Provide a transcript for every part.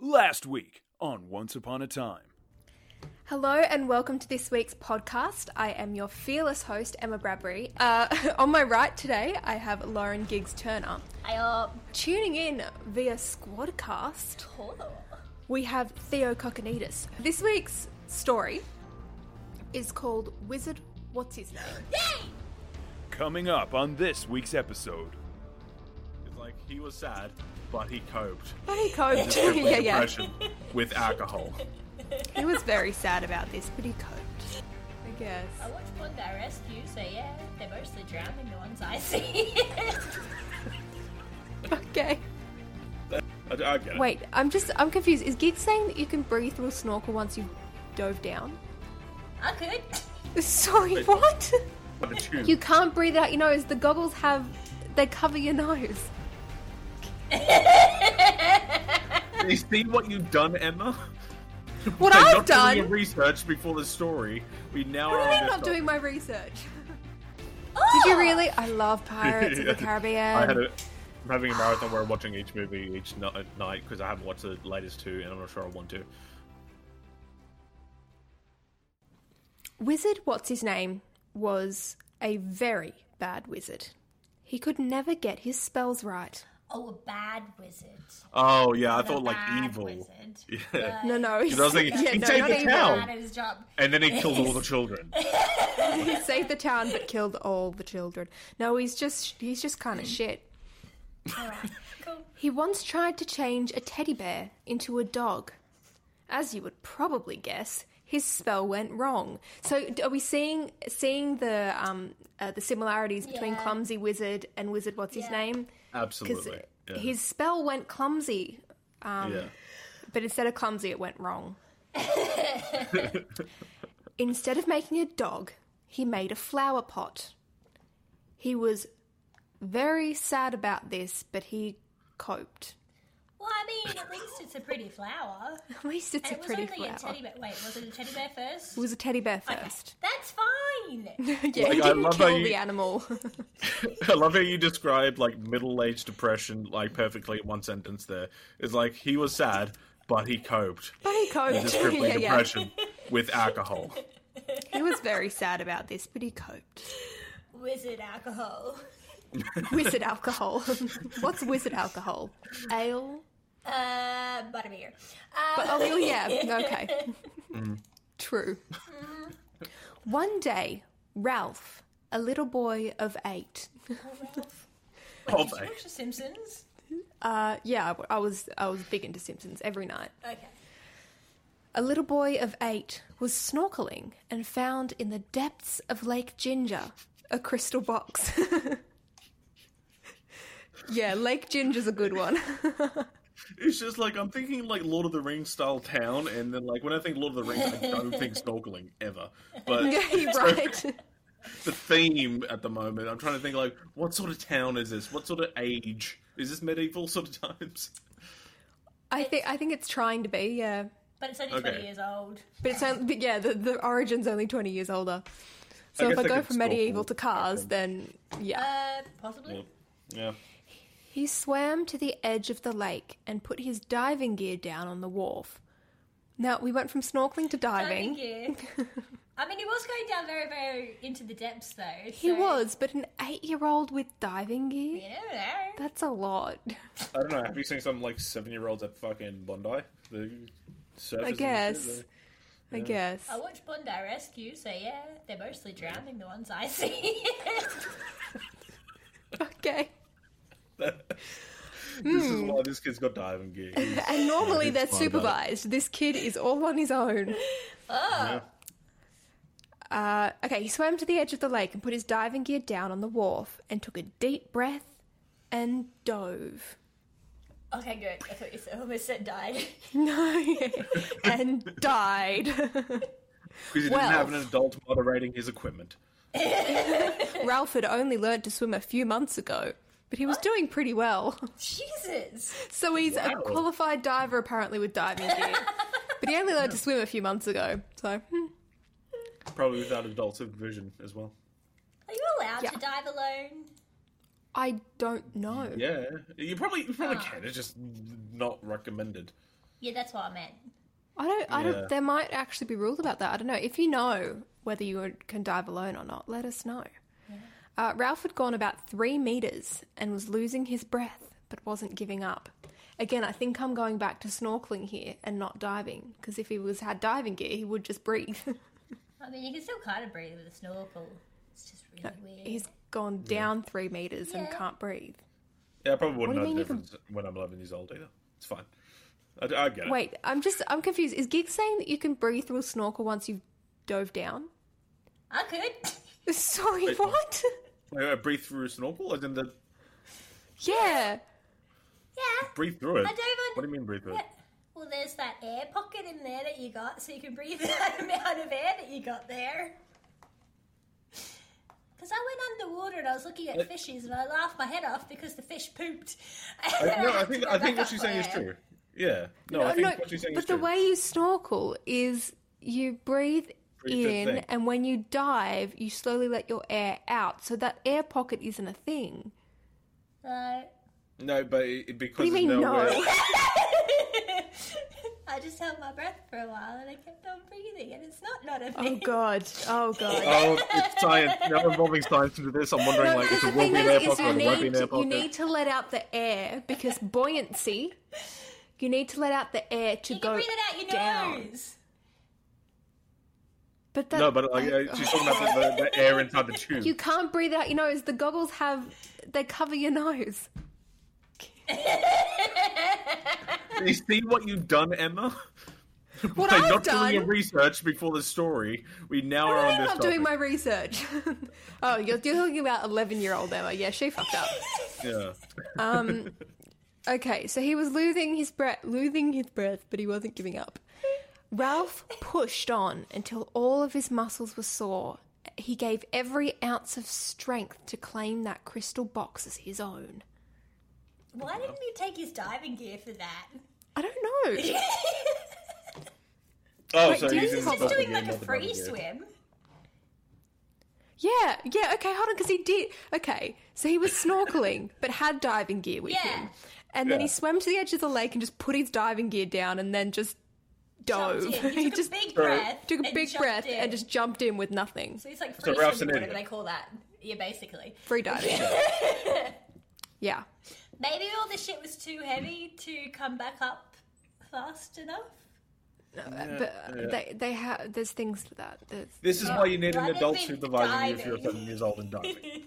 Last week on Once Upon a Time. Hello and welcome to this week's podcast. I am your fearless host, Emma Bradbury. Uh, on my right today, I have Lauren Giggs Turner. I uh, up. Tuning in via Squadcast, we have Theo Kokkinidis. This week's story is called Wizard What's His Name? Coming up on this week's episode. It's like he was sad, but he coped Hey, Code. with yeah, yeah. depression with alcohol. He was very sad about this, but he coped. I guess. I watched One Guy Rescue, so yeah, they're mostly drowning the ones I see. Okay. I, I get it. Wait, I'm just, I'm confused. Is Giggs saying that you can breathe through a snorkel once you dove down? I could. Sorry, what? But the tube- You can't breathe out your nose. The goggles have they cover your nose. you see what you've done, Emma? What By I've not doing your done. research before the story. We now are on I'm this not doing topic. my research. Did Oh! you really? I love Pirates of the Caribbean. I had a, I'm having a marathon where I'm watching each movie each n- night because I haven't watched the latest two, and I'm not sure I want to. Wizard, what's his name, was a very bad wizard. He could never get his spells right. Oh, a bad wizard. Oh yeah, I Not a thought like bad evil. wizard. Yeah. No, no, he, I was thinking, yeah, he no, saved not the even. town. Bad at his job. And then he killed all the children. He saved the town, but killed all the children. No, he's just he's just kind of shit. Alright, cool. He once tried to change a teddy bear into a dog. As you would probably guess, his spell went wrong. So, d- are we seeing seeing the um, uh, the similarities between Yeah. clumsy wizard and wizard? What's his Yeah. name? Because Absolutely. Yeah. his spell went clumsy, yeah. um, but instead of clumsy, it went wrong. instead of making a dog, he made a flower pot. He was very sad about this, but he coped. Well, I mean, at least it's a pretty flower. At least it's And a it was pretty only flower. a teddy bear. Wait, was it a teddy bear first? It was a teddy bear Okay, first. That's fine. Yeah, Like, he I didn't love how kill you- the animal. I love how you described like middle aged depression like perfectly in one sentence there. It's like he was sad, but he coped. but he coped. Describing yeah, yeah. depression with alcohol. He was very sad about this, but he coped. wizard alcohol. Wizard alcohol. What's wizard alcohol? Ale? Uh, butterbeer. But, oh, well, yeah, okay. Mm. True. One day, Ralph, a little boy of eight. Oh, Did you mate. watch The Simpsons? Uh, yeah, I w- I was I was big into Simpsons every night. Okay. A little boy of eight was snorkeling and found in the depths of Lake Ginger a crystal box. yeah, Lake Ginger's a good one. It's just like I'm thinking like Lord of the Rings style town, and then like when I think Lord of the Rings, I don't think snorkeling ever. But yeah, you're right. the theme at the moment, I'm trying to think like what sort of town is this? What sort of age is this? Medieval sort of times? I think I think it's trying to be, yeah. But it's only Okay. 20 years old. But it's only, but yeah, the, the origin's only 20 years older. So I if guess I I go could from medieval snorkel to cars, then yeah. Uh, possibly. Yeah. He swam to the edge of the lake and put his diving gear down on the wharf. Now, we went from snorkeling to diving. Diving gear. I mean, he was going down very, very into the depths, though. He so- was, but an eight year old with diving gear? You never know. That's a lot. I don't know. Have you seen some like seven year olds at fucking Bondi? The surfers I and guess. shit, I guess. I watch Bondi Rescue, so yeah, they're mostly drowning the ones I see. Okay. they- This Hmm. is why this kid's got diving gear. He's- And normally it's they're fine, but- supervised. This kid is all on his own. yeah. Uh, okay, he swam to the edge of the lake and put his diving gear down on the wharf and took a deep breath and dove. okay, good. I thought you said, almost said died. No. and died. Because he Well- didn't have an adult moderating his equipment. Ralph had only learned to swim a few months ago, but he was doing pretty well. Jesus! So he's a Wow. qualified diver apparently with diving gear. but he only learned to swim a few months ago. So, hmm. Probably without adult supervision as well. Are you allowed Yeah. to dive alone? I don't know. Yeah. You probably you probably can. It's just not recommended. Yeah, that's what I meant. I don't. I Yeah. don't. There might actually be rules about that. I don't know. If you know whether you can dive alone or not, let us know. Uh, Ralph had gone about three meters and was losing his breath, but wasn't giving up. Again, I think I'm going back to snorkeling here and not diving because if he was had diving gear, he would just breathe. I mean, you can still kind of breathe with a snorkel. It's just really weird. He's gone down three meters and Yeah. can't breathe. Yeah, I probably wouldn't What know do you the mean you difference when I'm 11 years old either. It's fine. I, I get it. Wait, I'm just I'm confused. Is Gig saying that you can breathe through a snorkel once you've dove down? I could. Sorry, Wait, what? what? Wait, I breathe through a snorkel, and then the yeah. yeah. breathe through it. I don't even- What do you mean breathe through it? Yeah. Well, there's that air pocket in there that you got, so you can breathe that amount of air that you got there. Because I went underwater and I was looking at fishes and I laughed my head off because the fish pooped. And I, no, I had to think go I think back what up she's saying is there. true. Yeah. No, I think what she's saying Uh, but is the true. way you snorkel is you breathe, Breathe the in, thing. and when you dive, you slowly let your air out. So that air pocket isn't a thing. No. No, but it, because you there's mean no, no? way- I just held my breath for a while and I kept on breathing, and it's not not a Oh thing. god! Oh god! Oh, it's science. Now involving science into this, I'm wondering like if the it will thing be an air is, is pocket you or it won't be need, an air to, you pocket. need to let out the air because buoyancy. You need to let out the air to you go can breathe it out your down. nose. But that, No, but like uh, she's talking about the, the, the air inside the tube. you can't breathe out your nose. The goggles have they cover your nose. You see what you've done, Emma? What By I've not done. doing your research before the story, we now are on I'm this not topic. doing my research. oh, you're, you're talking about 11 year old Emma. Yeah, she fucked up. Yeah. Okay, so he was losing his breath, losing his breath, but he wasn't giving up. Ralph pushed on until all of his muscles were sore. He gave every ounce of strength to claim that crystal box as his own. Why didn't he take his diving gear for that? I don't know. Oh, Wait, so do you he's in the think He's Not just the doing game, like not a the free game. swim. Yeah, yeah, okay, hold on, because he did. Okay, so he was snorkeling, but had diving gear with Yeah. him. And then he Yeah. swam to the edge of the lake and just put his diving gear down and then just Jumped dove. in. He, took Oh, just a big breath. took a and big jumped breath in. and just jumped in with nothing. So he's like So free Ralph's swimming, an whatever they idiot. call that. Yeah, basically. Free diving. yeah. Maybe all the shit was too heavy to come back up fast enough. But uh, they they have there's things for that. There's, This is why you need an Why did adult we supervising you if you're diving? seven years old and diving.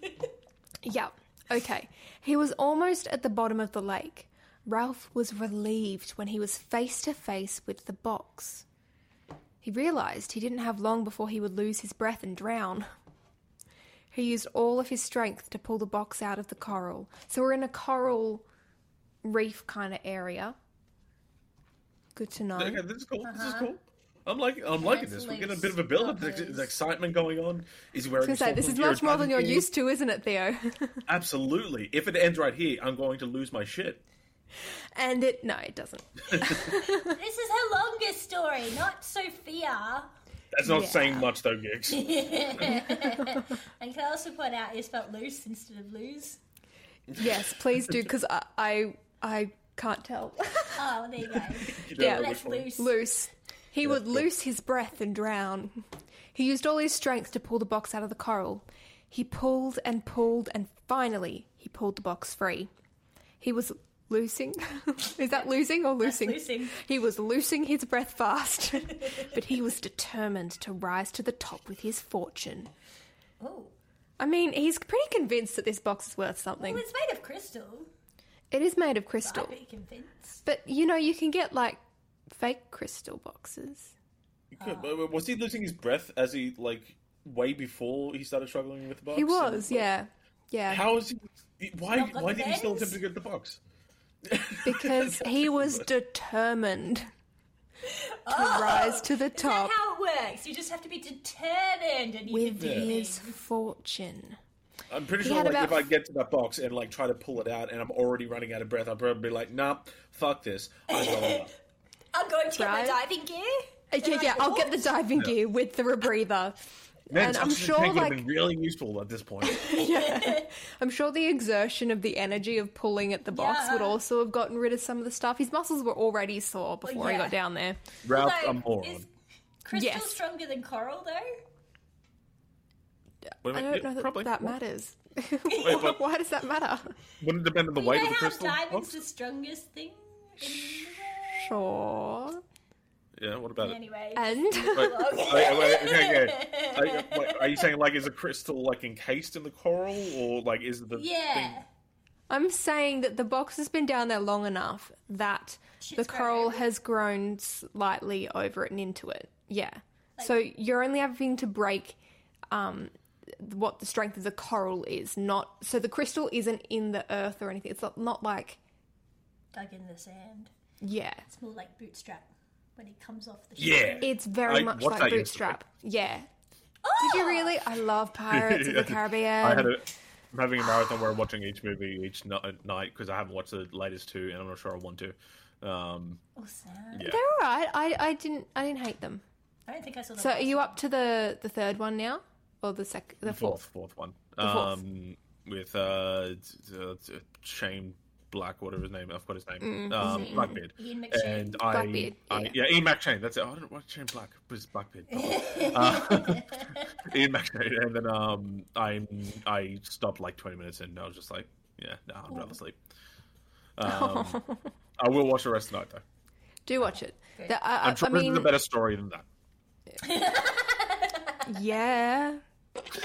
yeah. Okay. He was almost at the bottom of the lake. Ralph was relieved when he was face to face with the box. He realized he didn't have long before he would lose his breath and drown. He used all of his strength to pull the box out of the coral. So we're in a coral reef kind of area. Good to know. okay, this is cool. This Uh-huh. is cool. I'm like, I'm liking Let's this. We're getting a loose bit of a build-up. There's, others. there's excitement going on. Is he wearing? I was gonna say, this snorkel gear, is much more than diving you're gear? used to, isn't it, Theo? Absolutely. If it ends right here, I'm going to lose my shit. and it no, it doesn't. This is her longest story, not Sophia. That's not Yeah. saying much though, gigs. And can I also point out you spelled loose instead of lose? Yes, please do, because I, I I can't tell. Oh, there you go. You Yeah. don't know which That's one. loose. loose. He would loose his breath and drown. He used all his strength to pull the box out of the coral. He pulled and pulled, and finally he pulled the box free. He was loosing. Is that losing or loosing? loosing. He was loosing his breath fast, but he was determined to rise to the top with his fortune. Oh. I mean, he's pretty convinced that this box is worth something. Well, it's made of crystal. It is made of I'd crystal. be convinced. But you know, you can get like fake crystal boxes. Good. But- but Was he losing his breath as he like way before he started struggling with the box? He was, yeah. Yeah. How is he? Why? Not got Why the did he still bends. attempt to get the box? because he was determined to rise to the Oh, Is that top how it works? You just have to be determined and you with can do his things. fortune. I'm pretty He sure had like about if I get to that box and like try to pull it out and I'm already running out of breath, I'll probably be like, nah, fuck this. I'm going up. I'm going to get my Right? diving gear. Uh, Yeah, I yeah, I'll thought- get the diving gear with the rebreather. Man, and I'm toxic sure, tank would like, have been really useful at this point. I'm sure the exertion of the energy of pulling at the box Yeah. would also have gotten rid of some of the stuff. His muscles were already sore before he yeah. got down there. Ralph, Like, a moron. Is crystal Yes. stronger than coral though? Wait, I wait, don't yeah, know that probably. that What? matters. but- Why does that matter? Wouldn't it depend on the You weight of know the how crystal? diamonds box? the strongest thing in the Sure. Yeah, what about world? it? Anyway. And Wait, wait, wait, okay, okay. Are, you- wait, are you saying like is a crystal like encased in the coral, or like is the yeah. thing- I'm saying that the box has been down there long enough that the Shit's grown coral over it. has grown slightly over it and into it. Yeah. so you're only having to break um, what the strength of the coral is, not so the crystal isn't in the earth or anything. It's not, not like Dug in the sand. yeah. It's more like bootstrap when it comes off the Yeah. It's very I- much what's like that used to bootstrap. Yeah. Oh! Did you really? I love Pirates of the Caribbean. I had a, I'm having a marathon where I'm watching each movie each ni- night because I haven't watched the latest two, and I'm not sure I want to. Um, Oh, sand. yeah, They're all right. I, I didn't I didn't hate them. I don't think I saw the So are last you one. up to the the third one now, or the sec the fourth, fourth? fourth one. fourth. Um, with uh, t- uh, t- Shane Black, whatever his name, I've got his name, Mm-hmm. um, Ian- Blackbeard, Ian McShane. and I, Blackbeard, I, yeah. yeah, Ian McShane. That's it. I don't know Shane Black, but it's Blackbeard. Uh, Ian McShane, and then um, I I stopped like twenty minutes, and I was just like, yeah, no, I'd rather sleep. Um, I will watch the rest tonight though. Do watch it. The- I- I- I'm sure I this is a mean, better story than that. yeah,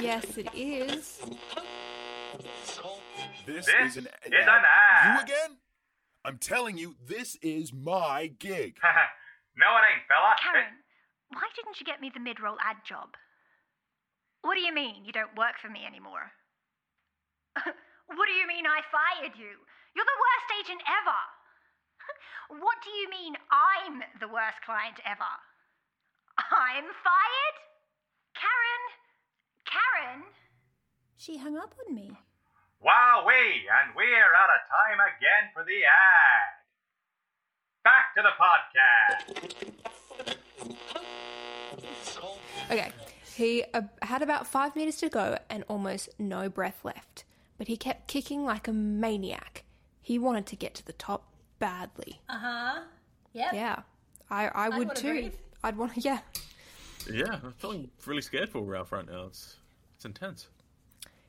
yes, it is. This, This is an is an ad. You again? I'm telling you, this is my gig. no, it ain't, fella. It- Karen, why didn't you get me the mid roll ad job? What do you mean you don't work for me anymore? what do you mean I fired you? You're the worst agent ever. what do you mean I'm the worst client ever? I'm fired? Karen? Karen? She hung up on me. Wowee, and we're out of time again for the ad. Back to the podcast. Okay, he uh, had about five meters to go and almost no breath left, but he kept kicking like a maniac. He wanted to get to the top badly. Uh huh. Yep. Yeah, I I would wanna too. breathe. I'd want to. Yeah. Yeah, I'm feeling really scared for Ralph right now. It's it's intense.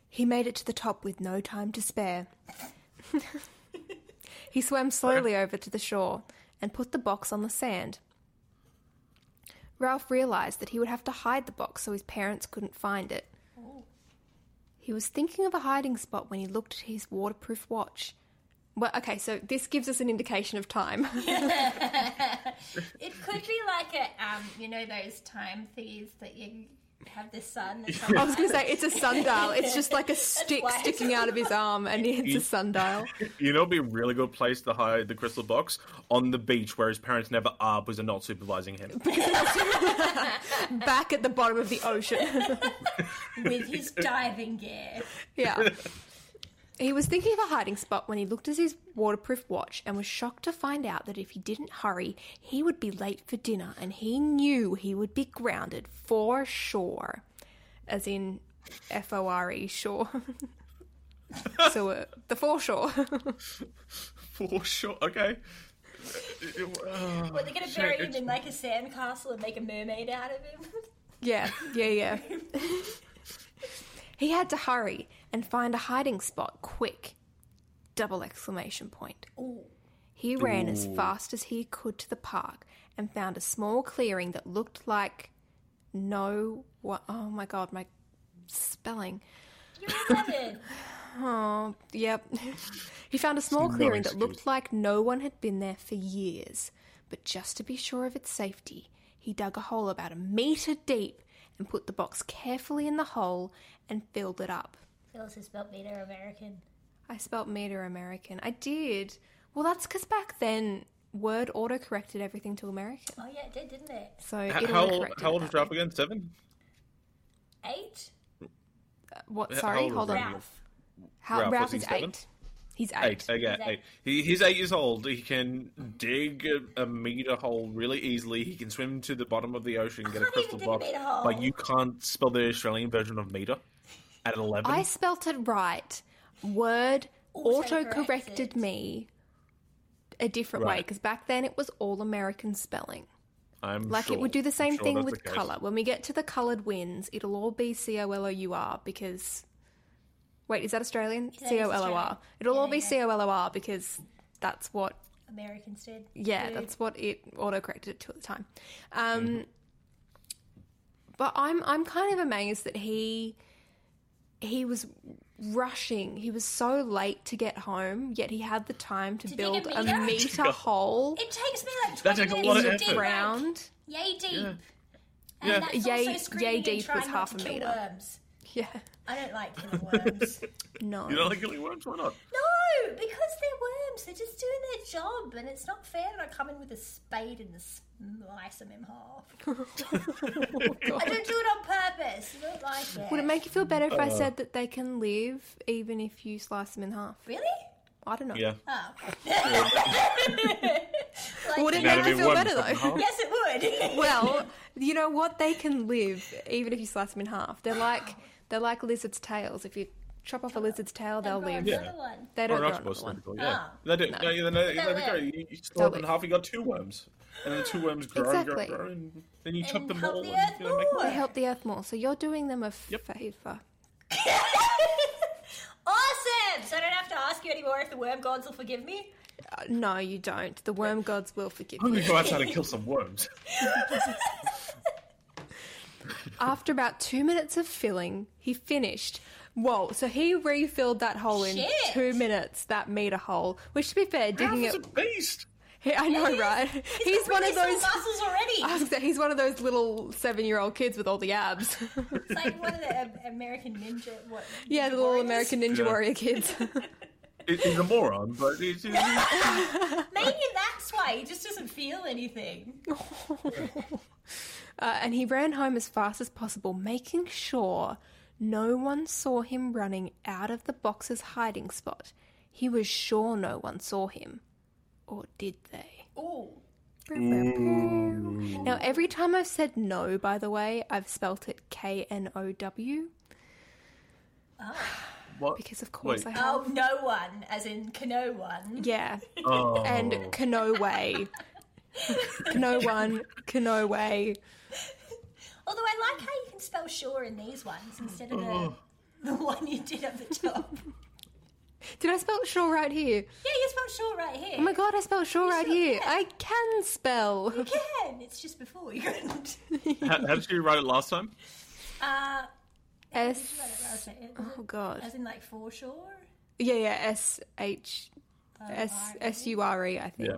He made it to the top with no time to spare. he swam slowly over to the shore and put the box on the sand. Ralph realised that he would have to hide the box so his parents couldn't find it. He was thinking of a hiding spot when he looked at his waterproof watch. Well, okay, so this gives us an indication of time. It could be like a, um, you know, those time thieves that you have the sun. And I sometimes- was going to say it's a sundial. It's just like a stick why I sticking out of his arm, and it's a sundial. You know, it'd be a really good place to hide the crystal box on the beach where his parents never are because they're not supervising him. Back at the bottom of the ocean. with his diving gear. Yeah. he was thinking of a hiding spot when he looked at his waterproof watch and was shocked to find out that if he didn't hurry, he would be late for dinner and he knew he would be grounded for sure. As in F O R E, sure. so uh, the foreshore. for sure. Okay. Well, they're gonna bury him in like a sandcastle and make a mermaid out of him. Yeah, yeah, yeah. he had to hurry and find a hiding spot quick. Double exclamation point. He ran as fast as he could to the park and found a small clearing that looked like no what oh my god, my spelling. Seven. Oh, yep. he found a small No clearing that excuse. looked like no one had been there for years. But just to be sure of its safety, he dug a hole about a metre deep and put the box carefully in the hole and filled it up. Phyllis has spelt meter American. I spelt metre American. I did. Well, that's because back then, Word auto corrected everything to American. Oh yeah, it did, didn't it? So How, it how, autocorrected how old it is that Ralph way. again? Seven? Eight. What? How Sorry, old is hold on. Ralph? Ralph. How, Ralph, Ralph was he is seven? eight. He's Eight, eight. again, He's eight. He, he's eight years old. He can dig a, a meter hole really easily. He can swim to the bottom of the ocean, get a can't even crystal dig a ball. meter hole. But you can't spell the Australian version of meter at eleven. I spelt it right. Word auto Auto-corrected. corrected me a different way Right. because back then it was all American spelling. am Like it would do the same thing with color. color. When we get to the colored wins, it'll all be C O L O U R because. Wait, is that Australian? that is C O L O R. Australian. It'll all be C O L O R because that's what. Americans did. Yeah, do. that's what it auto corrected it to at the time. Um, Mm-hmm. But I'm I'm kind of amazed that he he was rushing. He was so late to get home, yet he had the time to dig a build a meter? meter hole It takes me like That 20 takes a minutes lot of to effort. dig like, round. yay deep. And Yeah. that's Yay- also screaming yay and deep trying was not half to a kill metre. Worms. Yeah. I don't like killing worms. No. You don't like killing worms? Why not? no, because they're worms. They're just doing their job, and it's not fair that I come in with a spade and slice them in Oh, half. I don't do it on purpose. I don't like it. Would it make you feel better if Uh. I said that they can live even if you slice them in half? really? I don't know. Yeah. Oh. Would it Yeah, make I you mean, feel worms cut better in though? half. yes, it would. well, you know what? They can live even if you slice them in half. They're like they're like lizards' tails. If you chop off a lizard's tail, they'll Grow live. another Yeah. one. They Or don't an grow octopus, another one. typically, yeah. Ah. They do. No, you, no, They'll there go. live. You, you store them live. in half, you got two worms. And then the two worms grow Exactly. and grow, grow and then you chop And them help all the and earth you know, make more. They help the earth more. So you're doing them a Yep. favor. awesome! So I don't have to ask you anymore if the worm gods will forgive me. Uh, no, you don't. The worm gods will forgive I'm you. gonna go outside and kill some worms. After about two minutes of filling, he finished. Whoa! So he refilled that hole in Shit. two minutes. That meter hole, which to be fair, digging He's it. a beast. He- I know, right? He's, He's one got really of those. sore muscles already. I was gonna say, he's one of those little seven-year-old kids with all the abs. It's like one of the um, American ninja. What? yeah, ninja the little warriors. American Ninja Yeah. Warrior kids. It, he's a moron, but he's, he's, Maybe that's why he just doesn't feel anything. Uh, and he ran home as fast as possible, making sure no one saw him running out of the box's hiding spot. He was sure no one saw him. Or did they? Ooh. Now, every time I've said no, by the way, I've spelt it K N O W what? because, of course, Wait. I have. Oh, no one, as in cano one. Yeah, Oh. and Cano Way. Cano One, Cano Way. Although I like how you can spell sure in these ones instead of the, the one you did at the top. Did I spell sure right here? yeah, you spelled sure right here. Oh my god, I spelled sure right spelled here. it. I can spell. You can. It's just before you couldn't. How, how did you write it last time? Uh, S. as in- Oh god. as in like foreshore. Yeah, yeah. S H S S U R E. I think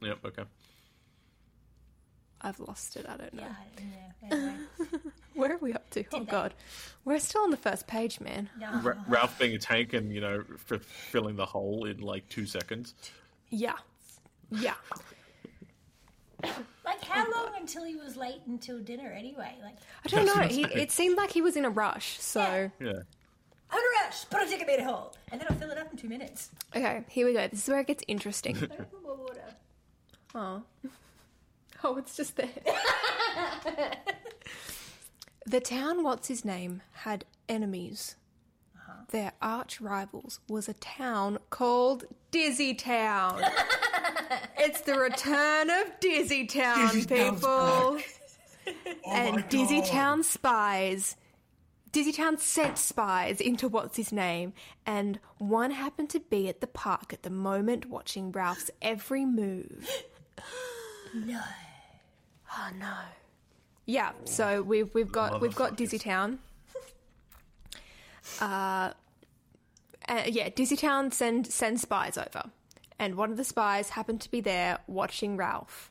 Yeah. Yep. Okay. I've lost it. I don't know. Yeah, I don't know. Anyway, Where are we up to? Oh that. god, we're still on the first page, man. no. Ra- Ralph being a tank and you know f- filling the hole in like two seconds. Yeah, yeah. Like how long until he was late until dinner anyway? Like I don't know. That's He, insane. it seemed like he was in a rush. So Yeah. I'm gonna "Oh, rush, but I'll dig a bit hole, and then I'll fill it up in two minutes. okay, here we go. This is where it gets interesting. I don't want more water. Oh. Oh, it's just there. the town, what's his name, had enemies. Their arch rivals was a town called Dizzy Town. it's the return of Dizzy Town, people. Oh and Dizzy Town spies. Dizzy Town sent spies into what's his name, and one happened to be at the park at the moment watching Ralph's every move. No. Oh no. Yeah, so we've we've got we've got Dizzy Town. Uh, uh, yeah, Dizzy Town send send spies over, and one of the spies happened to be there watching Ralph.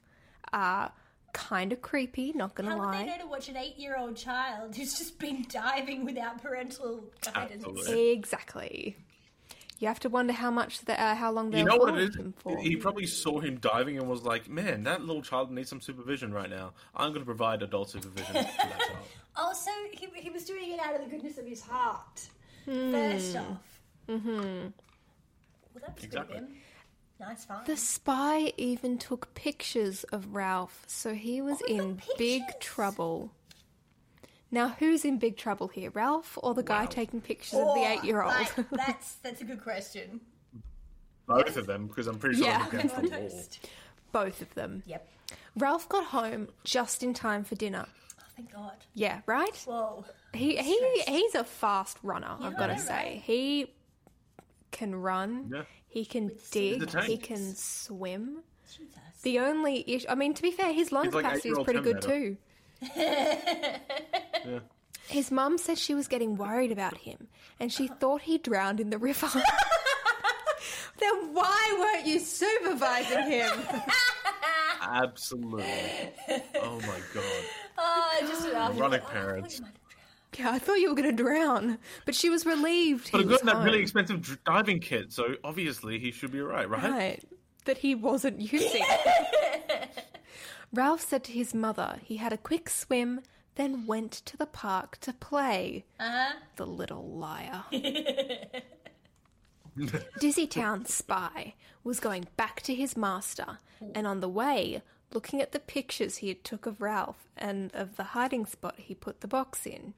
Uh, kind of creepy, not gonna How would they lie. know to watch an eight-year-old child who's just been diving without parental guidance? Absolutely. Exactly. You have to wonder how much the, uh, how long they You know what it followed him for. is? He probably saw him diving and was like, "Man, that little child needs some supervision right now. I'm going to provide adult supervision to that child." Also, he, he was Hmm. Mm-hmm. doing it out of the goodness of his heart. First off, Well, that was Exactly. good of him. Nice find. The spy even took pictures of Ralph, so he was we got in big pictures. trouble. Now, who's in big trouble here, Ralph or the guy taking pictures of the Or, eight-year-old? like, Oh, that's that's a good question. Both of them, because I'm pretty sure Yeah. I'm going for them all. Toast. Both of them. Yep. Ralph got home just in time for dinner. Oh, thank God. Yeah, right? Whoa. He he he's a fast runner. I've got to I know, say, right? he can run. Yeah. He can He's a dig. tank. He can swim. Jesus. The only issue, I mean, to be fair, his lung He's like capacity is eight-year-old pretty good Terminator. too. His mum said she was getting worried about him, and she thought he drowned in the river. then why weren't you supervising him? Absolutely. Oh my god. Oh, just an afterthought. Ironic Oh, I thought parents. you might have drowned. Yeah, I thought you were going to drown, but she was relieved. But he I've was gotten that really home. expensive dr- diving kit, so obviously he should be alright, right? Right. That he wasn't using. Ralph said to his mother he had a quick swim, then went to the park to play. Uh-huh. The little liar. Dizzytown spy was going back to his master, and on the way, looking at the pictures he had took of Ralph and of the hiding spot he put the box in.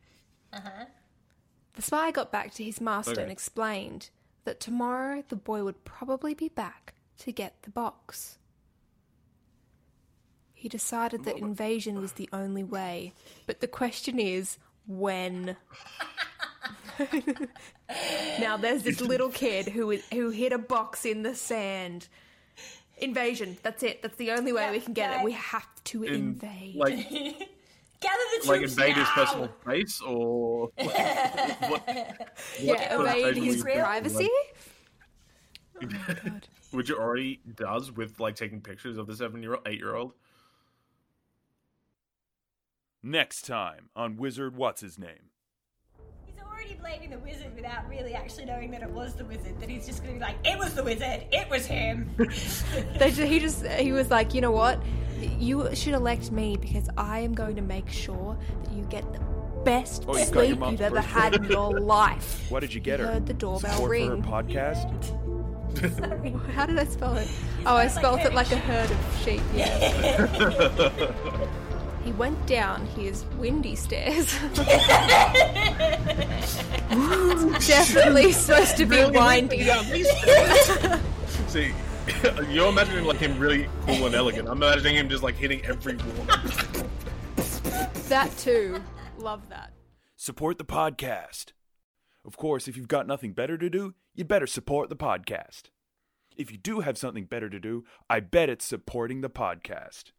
The spy got back to his master and Okay. explained that tomorrow the boy would probably be back to get the box. He decided that invasion was the only way, but the question is when. now there's this little kid who is, who hid a box in the sand. Invasion. That's it. That's the only way we can get it. We have to In, invade. like, Gather the like troops invade his now! personal space, or what, yeah, what invade invasion his would you do? privacy. Oh which it already does with like taking pictures of the seven-year-old, eight-year-old. Next time on Wizard What's His Name. He's already blaming the wizard without really actually knowing that it was the wizard. That he's just going to be like, it was the wizard, it was him. They ju- he just he was like, you know what? You should elect me because I am going to make sure that you get the best Oh, you've got your sleep mum's you've ever birthday. had in your life. Why did you get her? Heard the doorbell Support ring. for her podcast? How did I spell it? Oh, I spelled it like a herd of sheep. Yeah. he went down his windy stairs. Definitely supposed to be windy. See, you're imagining like him really cool and elegant. I'm imagining him just like hitting every wall. That too. Love that. Support the podcast. Of course, if you've got nothing better to do, you better support the podcast. If you do have something better to do, I bet it's supporting the podcast.